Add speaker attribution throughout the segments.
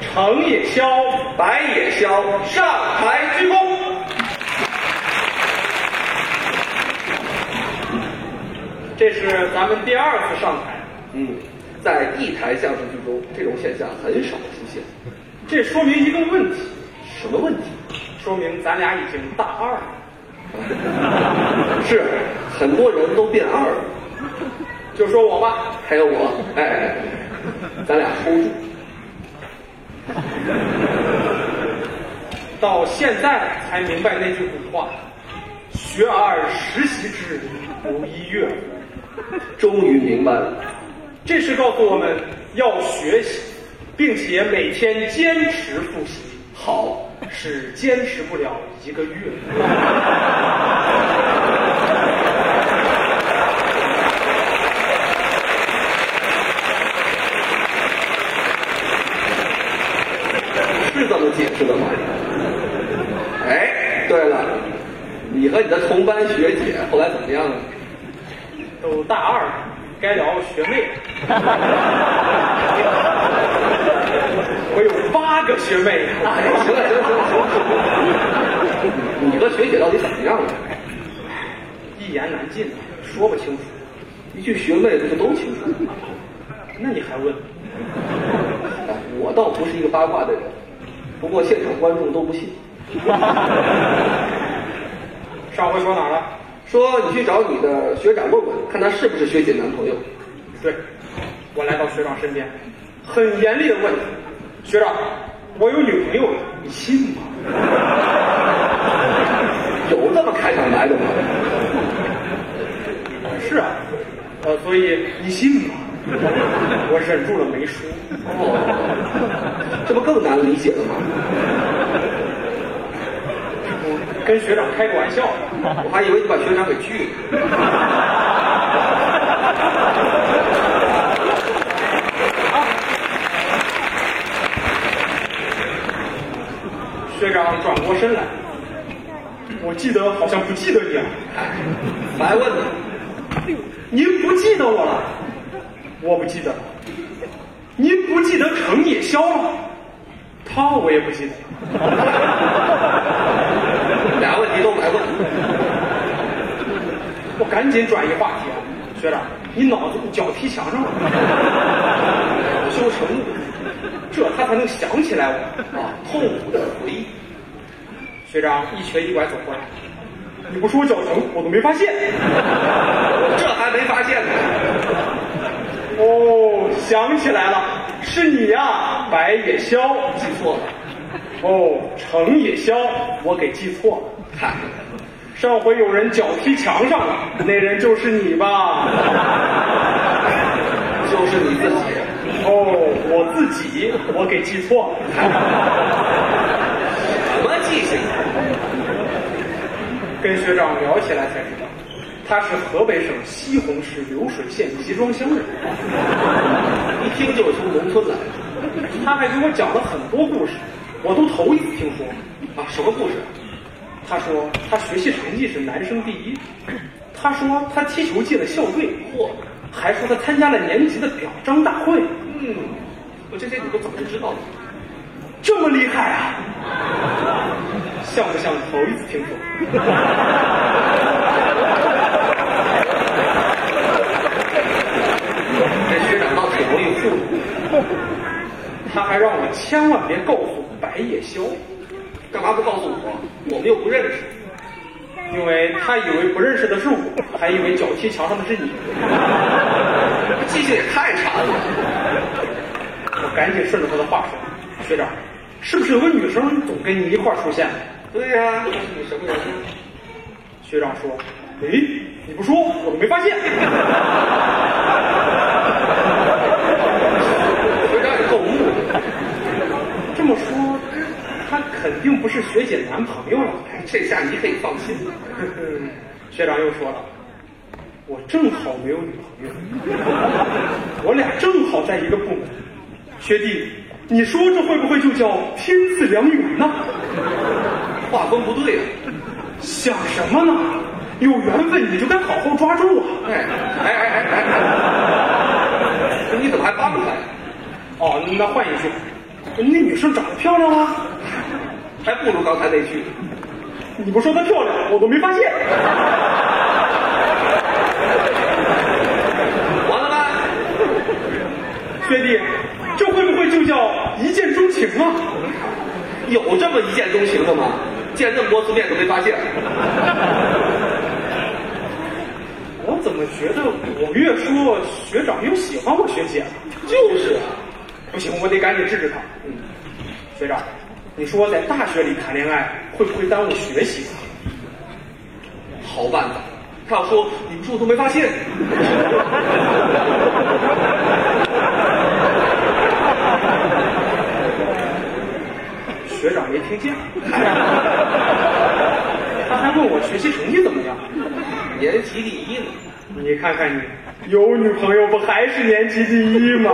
Speaker 1: 成也萧，败也萧，上台鞠躬。这是咱们第二次上台，
Speaker 2: 嗯，
Speaker 1: 在一台相声剧中，这种现象很少出现。这说明一个问题，
Speaker 2: 什么问题？
Speaker 1: 说明咱俩已经大二 了。
Speaker 2: 是很多人都变二了，
Speaker 1: 就说我吧，
Speaker 2: 还有我，哎，咱俩 hold 住。
Speaker 1: 到现在才明白那句古话：“学而时习之，不亦乐乎
Speaker 2: 终于明白了，”。
Speaker 1: 这是告诉我们要学习，并且每天坚持复习，
Speaker 2: 好，
Speaker 1: 是坚持不了一个月。
Speaker 2: 是这么解释的吗？哎，对了，你和你的同班学姐后来怎么 样啊？
Speaker 1: 都大二了，该聊学妹了。我有八个学妹，
Speaker 2: 哎，行了行了行了行了，你和学姐到底怎么样了？
Speaker 1: 一言难尽，说不清楚。
Speaker 2: 一句学妹不都清楚？
Speaker 1: 那你还问？
Speaker 2: 哎，我倒不是一个八卦的人，不过现场观众都不信，
Speaker 1: 上回说哪儿了？
Speaker 2: 说你去找你的学长问问，看他是不是学姐男朋友。
Speaker 1: 对，我来到学长身边，很严厉的问他：“学长，我有女朋友了，你信吗
Speaker 2: 有这么开场白的吗？？”
Speaker 1: 是啊，呃，所以你信吗？我忍住了没说。
Speaker 2: 哦，这不更难理解了吗？
Speaker 1: 我跟学长开个玩笑，
Speaker 2: 我还以为你把学长给拒了。
Speaker 1: 学长转过身来，我记得好像不记得你了，
Speaker 2: 白问了，
Speaker 1: 您不记得我了，我不记得了，您不记得成也萧了，他我也不记得了。
Speaker 2: 俩问题都白问。
Speaker 1: 我赶紧转移话题啊，学长，你脑子脚踢墙上了，恼羞成怒，这他才能想起来我啊，痛苦的回忆。学长一瘸一拐走过来，你不说我脚疼，我都没发现。
Speaker 2: 这还没发现呢，
Speaker 1: 哦，想起来了，是你呀、白也萧。
Speaker 2: 记错了。
Speaker 1: 哦，程也萧，我给记错了。
Speaker 2: 嗨，
Speaker 1: 上回有人脚踢墙上了，那人就是你吧？
Speaker 2: 就是你自己，
Speaker 1: 哦，我自己，我给记错了。
Speaker 2: 什么记性？
Speaker 1: 跟学长聊起来才知道，他是河北省西红市流水县集庄乡人。
Speaker 2: 一听就是从农村来的
Speaker 1: 他还给我讲了很多故事，我都头一次听说。
Speaker 2: 啊？什么故事？
Speaker 1: 他说他学习成绩是男生第一，他说他踢球进了校队，嚯，还说他参加了年级的表彰大会，
Speaker 2: 嗯，我这些你都早就知道了。
Speaker 1: 这么厉害啊！像不像头一次听说？
Speaker 2: 这学长倒挺容易糊弄。
Speaker 1: 他还让我千万别告诉白夜萧，
Speaker 2: 干嘛不告诉我？我们又不认识。
Speaker 1: 因为他以为不认识的是我，还以为脚踢墙上的是你。
Speaker 2: 这记性也太差了。
Speaker 1: 我赶紧顺着他的话说：“学长，是不是有个女生总跟你一块儿出现？”
Speaker 2: 对呀、你什么人呢？
Speaker 1: 学长说：“诶，你不说我都没发现。
Speaker 2: 学长也够木的。
Speaker 1: 这么说，他肯定不是学姐男朋友了。哎
Speaker 2: 这下你可以放心了。”
Speaker 1: 学长又说了：“我正好没有女朋友， 我俩正好在一个部门。学弟，你说这会不会就叫天赐良缘呢？
Speaker 2: 画风不对呀、
Speaker 1: 想什么呢？有缘分你就该好好抓住啊！”
Speaker 2: 哎哎哎哎哎！哎你怎么还帮他呀？
Speaker 1: 哦，那换一句，那女生长得漂亮啊吗？
Speaker 2: 还不如刚才那句。
Speaker 1: 你不说她漂亮，我都没发现。
Speaker 2: 完了吧？
Speaker 1: 学弟，这会不会就叫一见钟情啊？
Speaker 2: 有这么一见钟情的吗？见那么多次面都没发现。
Speaker 1: 我怎么觉得我越说学长又喜欢我学姐了？
Speaker 2: 就是啊，
Speaker 1: 不行，我得赶紧治治他。嗯，学长，你说在大学里谈恋爱会不会耽误学习？
Speaker 2: 好办法。他要说你们是不是都没发现？
Speaker 1: 学长没听见，他还问我学习成绩怎么样。
Speaker 2: 年级第一呢？
Speaker 1: 你看看你，有女朋友不还是年级第一吗？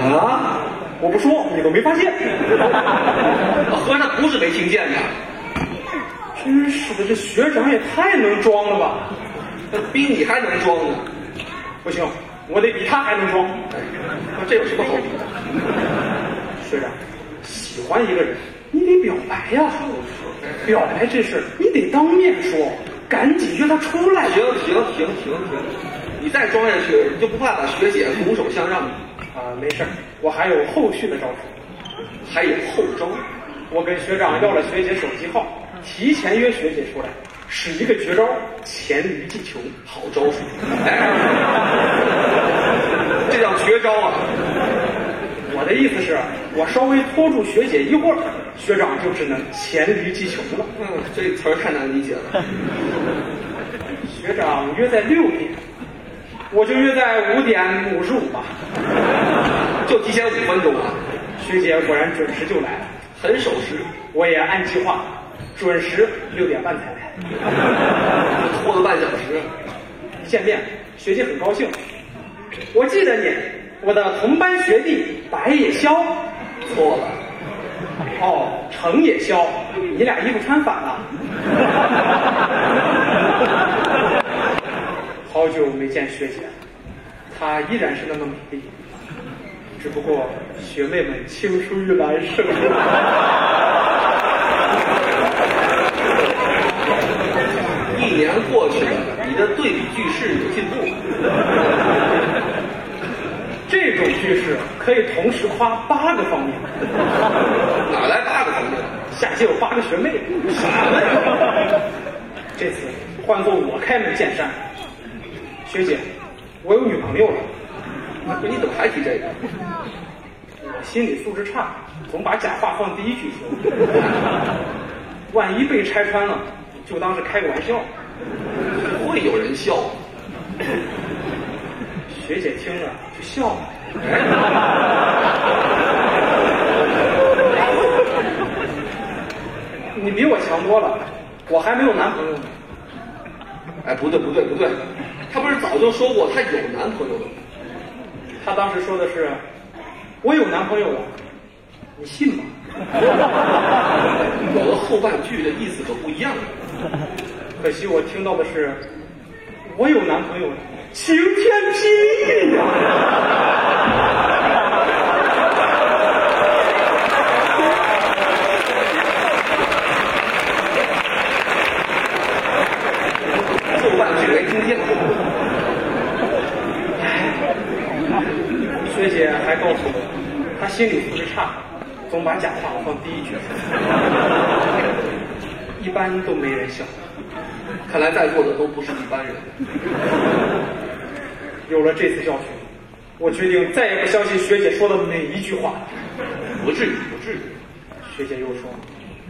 Speaker 2: 啊？
Speaker 1: 我不说你都没发现，
Speaker 2: 合着不是没听见呢？
Speaker 1: 真是的，这学长也太能装了吧！
Speaker 2: 比你还能装呢。
Speaker 1: 不行，我得比他还能装。
Speaker 2: 这有什么好比的？
Speaker 1: 学长，喜欢一个人，你得表白呀、表白这事儿你得当面说，赶紧约他出来。
Speaker 2: 停停停停停！你再装下去，你就不怕把学姐拱手相让吗？
Speaker 1: 啊，没事儿，我还有后续的招数。
Speaker 2: 还有后招？
Speaker 1: 我跟学长要了学姐手机号，提前约学姐出来，使一个绝招——黔驴技穷。
Speaker 2: 好招数！哎这叫绝招啊！
Speaker 1: 我的意思是，我稍微拖住学姐一会儿，学长就只能黔驴技穷了。
Speaker 2: 嗯，这词儿太难理解了。
Speaker 1: 学长约在六点，我就约在五点五十五吧。
Speaker 2: 就提前五分钟啊，
Speaker 1: 学姐果然准时就来，
Speaker 2: 很守时，
Speaker 1: 我也按计划，准时六点半才来。
Speaker 2: 拖了半小时。
Speaker 1: 一见面，学姐很高兴。我记得你，我的同班学弟白也萧，
Speaker 2: 错了，
Speaker 1: 哦，程也萧，你俩衣服穿反了。 好久没见学姐，她依然是那么美丽，只不过学妹们青出于蓝胜于蓝。
Speaker 2: 一年过去了，你的对比句式有进步。
Speaker 1: 这种句式可以同时夸八个方面，
Speaker 2: 哪来八个方面？
Speaker 1: 下届有八个学妹。
Speaker 2: 什么呀？
Speaker 1: 这次换做我开门见山，学姐，我有女朋友了，
Speaker 2: 你怎么还提这个？
Speaker 1: 我心理素质差，总把假话放第一句说，万一被拆穿了，就当是开个玩笑。
Speaker 2: 会有人笑吗？
Speaker 1: 学姐听了就笑了。你比我强多了，我还没有男朋友呢。
Speaker 2: 哎，不对不对不对，她不是早就说过她有男朋友了吗？
Speaker 1: 她当时说的是，我有男朋友了，你信吗？
Speaker 2: 有了后半句，这意思可不一样了。
Speaker 1: 可惜我听到的是，我有男朋友了，晴天霹雳啊呀、
Speaker 2: 后半句没听见。
Speaker 1: 学姐还告诉我，她心理素质差，总把假话放第一句，一般都没人笑。
Speaker 2: 看来在座的都不是一般人。
Speaker 1: 有了这次教训，我决定再也不相信学姐说的每一句话。
Speaker 2: 不至于，不至于。
Speaker 1: 学姐又说：“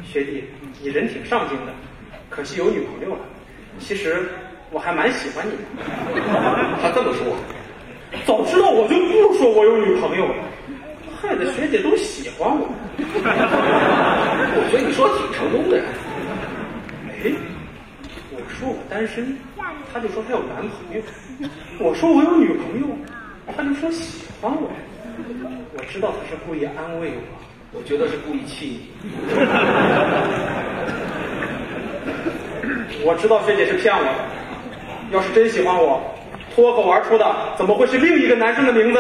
Speaker 1: 学弟，你人挺上进的，可惜有女朋友了。其实我还蛮喜欢你的，
Speaker 2: 他这么说，
Speaker 1: 早知道我就不说我有女朋友了，害得学姐都喜欢我。
Speaker 2: 我觉得你说挺成功的呀。
Speaker 1: 哎，我说我单身，她就说她有男朋友；我说我有女朋友，她就说喜欢我。我知道她是故意安慰我。”
Speaker 2: 我觉得是故意气你。
Speaker 1: 我知道学姐是骗我的，要是真喜欢我，脱口而出的怎么会是另一个男生的名字？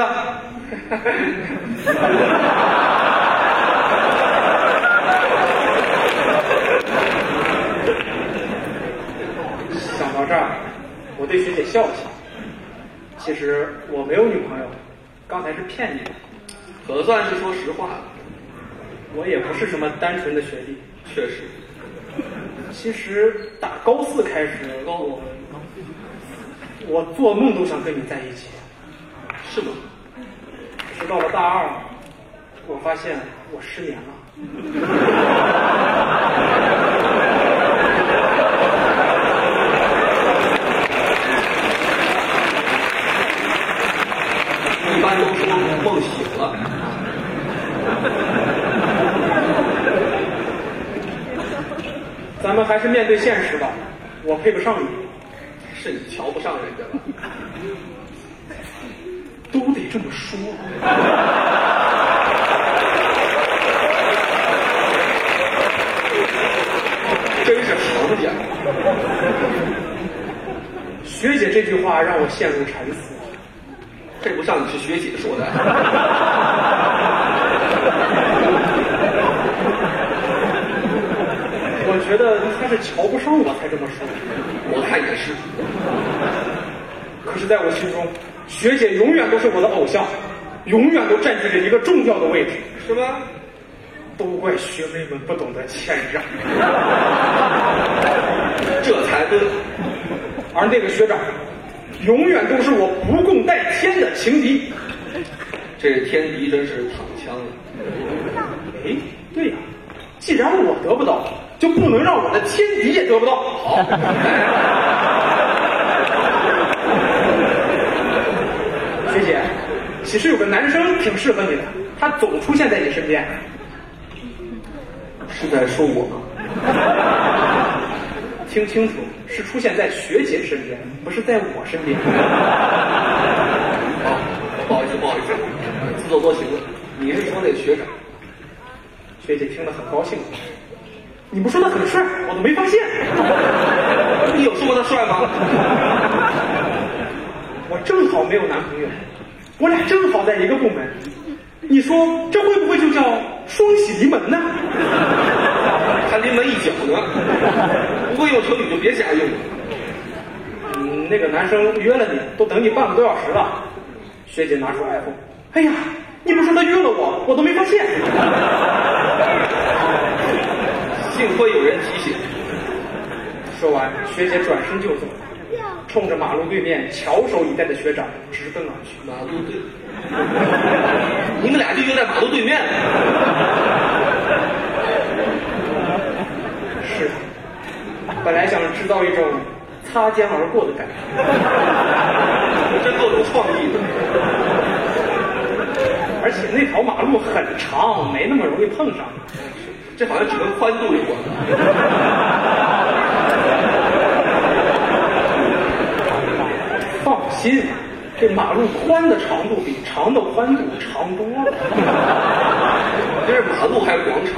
Speaker 1: 这儿，我对学姐笑了笑。其实我没有女朋友，刚才是骗你的。
Speaker 2: 可算是说实话了。
Speaker 1: 我也不是什么单纯的学弟。
Speaker 2: 确实，
Speaker 1: 其实打高四开始，我我做梦都想跟你在一起。
Speaker 2: 是吗？
Speaker 1: 直到了大二，我发现我失眠了。
Speaker 2: 一般都说梦醒了，
Speaker 1: 咱们还是面对现实吧，我配不上你，
Speaker 2: 是你瞧不上人家了。
Speaker 1: 都得这么说。
Speaker 2: 真是行家。
Speaker 1: 学姐这句话让我陷入沉思。
Speaker 2: 配不上你是学姐说的，
Speaker 1: 我觉得他是瞧不上我才这么说，
Speaker 2: 我看也是。
Speaker 1: 可是在我心中，学姐永远都是我的偶像，永远都占据着一个重要的位置。
Speaker 2: 是吗？
Speaker 1: 都怪学妹们不懂得谦让。
Speaker 2: 这才对。
Speaker 1: 而那个学长，永远都是我不共戴天的情敌。
Speaker 2: 这天敌真是躺枪了。
Speaker 1: 哎，对呀、既然我得不到，就不能让我的天敌也得不到。好，学姐，其实有个男生挺适合你的，他总出现在你身边。
Speaker 2: 是在说我吗？
Speaker 1: 听清楚，是出现在学姐身边，不是在我身边。
Speaker 2: 哦，不好意思，不好意思，自作多情了。你是说那学长？
Speaker 1: 学姐听得很高兴，你不说他很帅，我都没发现。
Speaker 2: 你有说过他帅吗？
Speaker 1: 我正好没有男朋友，我俩正好在一个部门，你说这会不会就叫双喜临门呢？
Speaker 2: 还临门一脚呢。不会用成语就别瞎用了。
Speaker 1: 嗯，那个男生约了你，都等你半个多小时了。学姐拿出 iPhone，哎呀，你不说他约了我，我都没发现。
Speaker 2: 幸亏有人提醒。
Speaker 1: 说完，学姐转身就走，冲着马路对面翘首以待的学长直奔而去。
Speaker 2: 马路对，你们俩就约在马路对面。
Speaker 1: 是的，本来想制造一种擦肩而过的感觉。
Speaker 2: 真够有创意的。
Speaker 1: 而且那条马路很长，没那么容易碰上。
Speaker 2: 这好像只跟宽度有关。
Speaker 1: 放心，这马路宽的长度比长的宽度长多了。
Speaker 2: 这是马路还是广场？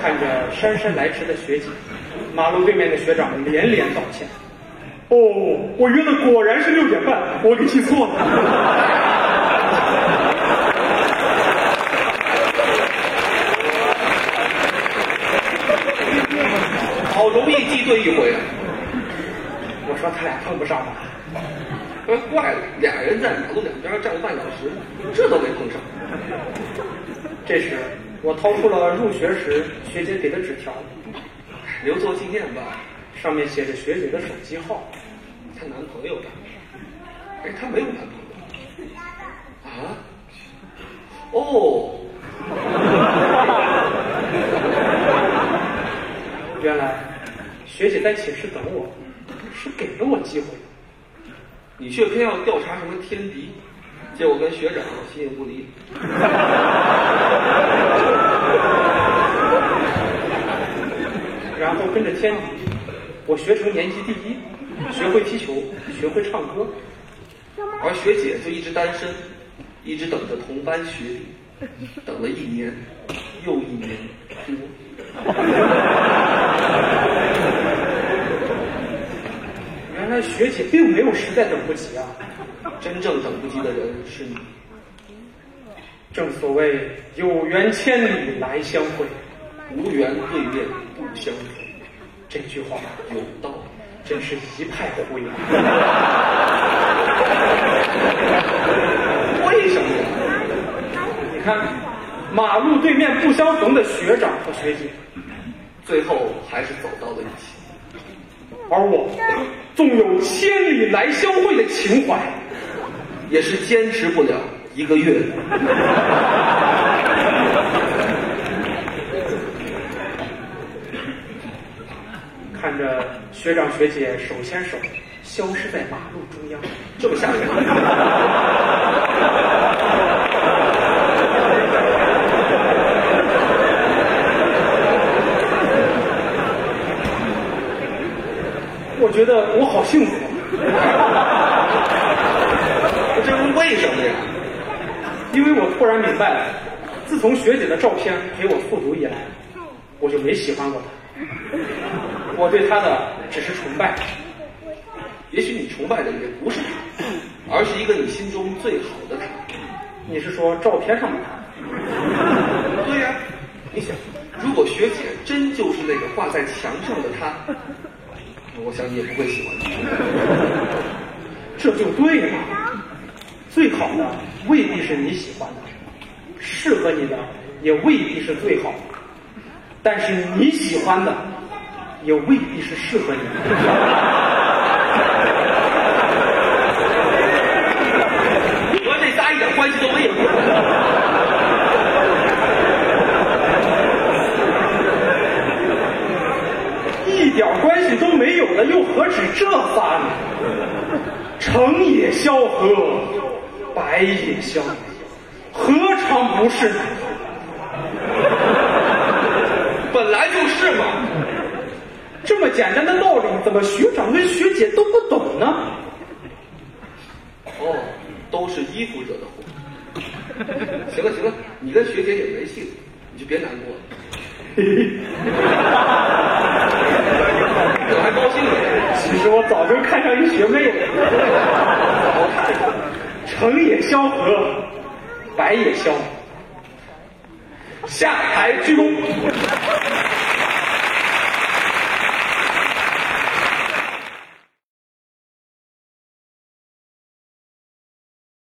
Speaker 1: 看着姗姗来迟的学姐，马路对面的学长连连道歉。哦，我约的果然是六点半，我给记错了。
Speaker 2: 好容易记对一回啊，
Speaker 1: 我说他俩碰不上吧，
Speaker 2: 怪了，俩人在马路两边站了半小时，这都没碰上。
Speaker 1: 这时我掏出了入学时学姐给的纸条，
Speaker 2: 留作纪念吧。
Speaker 1: 上面写着学姐的手机号。
Speaker 2: 她男朋友的，哎，她没有男朋友啊？哦，
Speaker 1: 原来学姐在寝室等我，是给了我机会。
Speaker 2: 你却偏要调查什么天敌，结果跟学长形影不离。
Speaker 1: 然后跟着天敌，我学成年级第一，学会踢球，学会唱歌。
Speaker 2: 而学姐就一直单身，一直等着同班学弟，等了一年又一年多。
Speaker 1: 原来学姐并没有实在等不及啊！
Speaker 2: 真正等不及的人是你，
Speaker 1: 正所谓有缘千里来相会，
Speaker 2: 无缘对面不相逢。
Speaker 1: 这句话有道，真是一派胡言。为什么？你看，马路对面不相逢的学长和学姐，
Speaker 2: 最后还是走到了一起。
Speaker 1: 而我纵有千里来相会的情怀，
Speaker 2: 也是坚持不了一个月。
Speaker 1: 看着学长学姐手牵手消失在马路中央，
Speaker 2: 这么吓人？
Speaker 1: 我觉得我好幸福。
Speaker 2: 这是为什么呀？
Speaker 1: 因为我突然明白了，自从学姐的照片陪我复读以来，我就没喜欢过她。我对她的只是崇拜。
Speaker 2: 也许你崇拜的也不是他，而是一个你心中最好的他。
Speaker 1: 你是说照片上的她？
Speaker 2: 对呀、
Speaker 1: 哎
Speaker 2: 你想，如果学姐真就是那个挂在墙上的他，我想你也不会喜欢他。
Speaker 1: 这就对了。最好的未必是你喜欢的，适合你的也未必是最好的，但是你喜欢的也未必是适合你的。
Speaker 2: 你和这仨一点关系都没有。
Speaker 1: 一点关系都没有的，又何止这仨呢？成也萧何，败也萧何，何尝不是呢？
Speaker 2: 本来就是嘛。
Speaker 1: 这么简单的道理，怎么学长跟学姐都不懂呢？
Speaker 2: 哦，都是衣服惹的祸。行了行了，你跟学姐也没戏了，你就别难过了。我还高兴呢。
Speaker 1: 其实我早就看上一学妹了。
Speaker 2: 好看。
Speaker 1: 成也萧何，败也萧。下台鞠躬。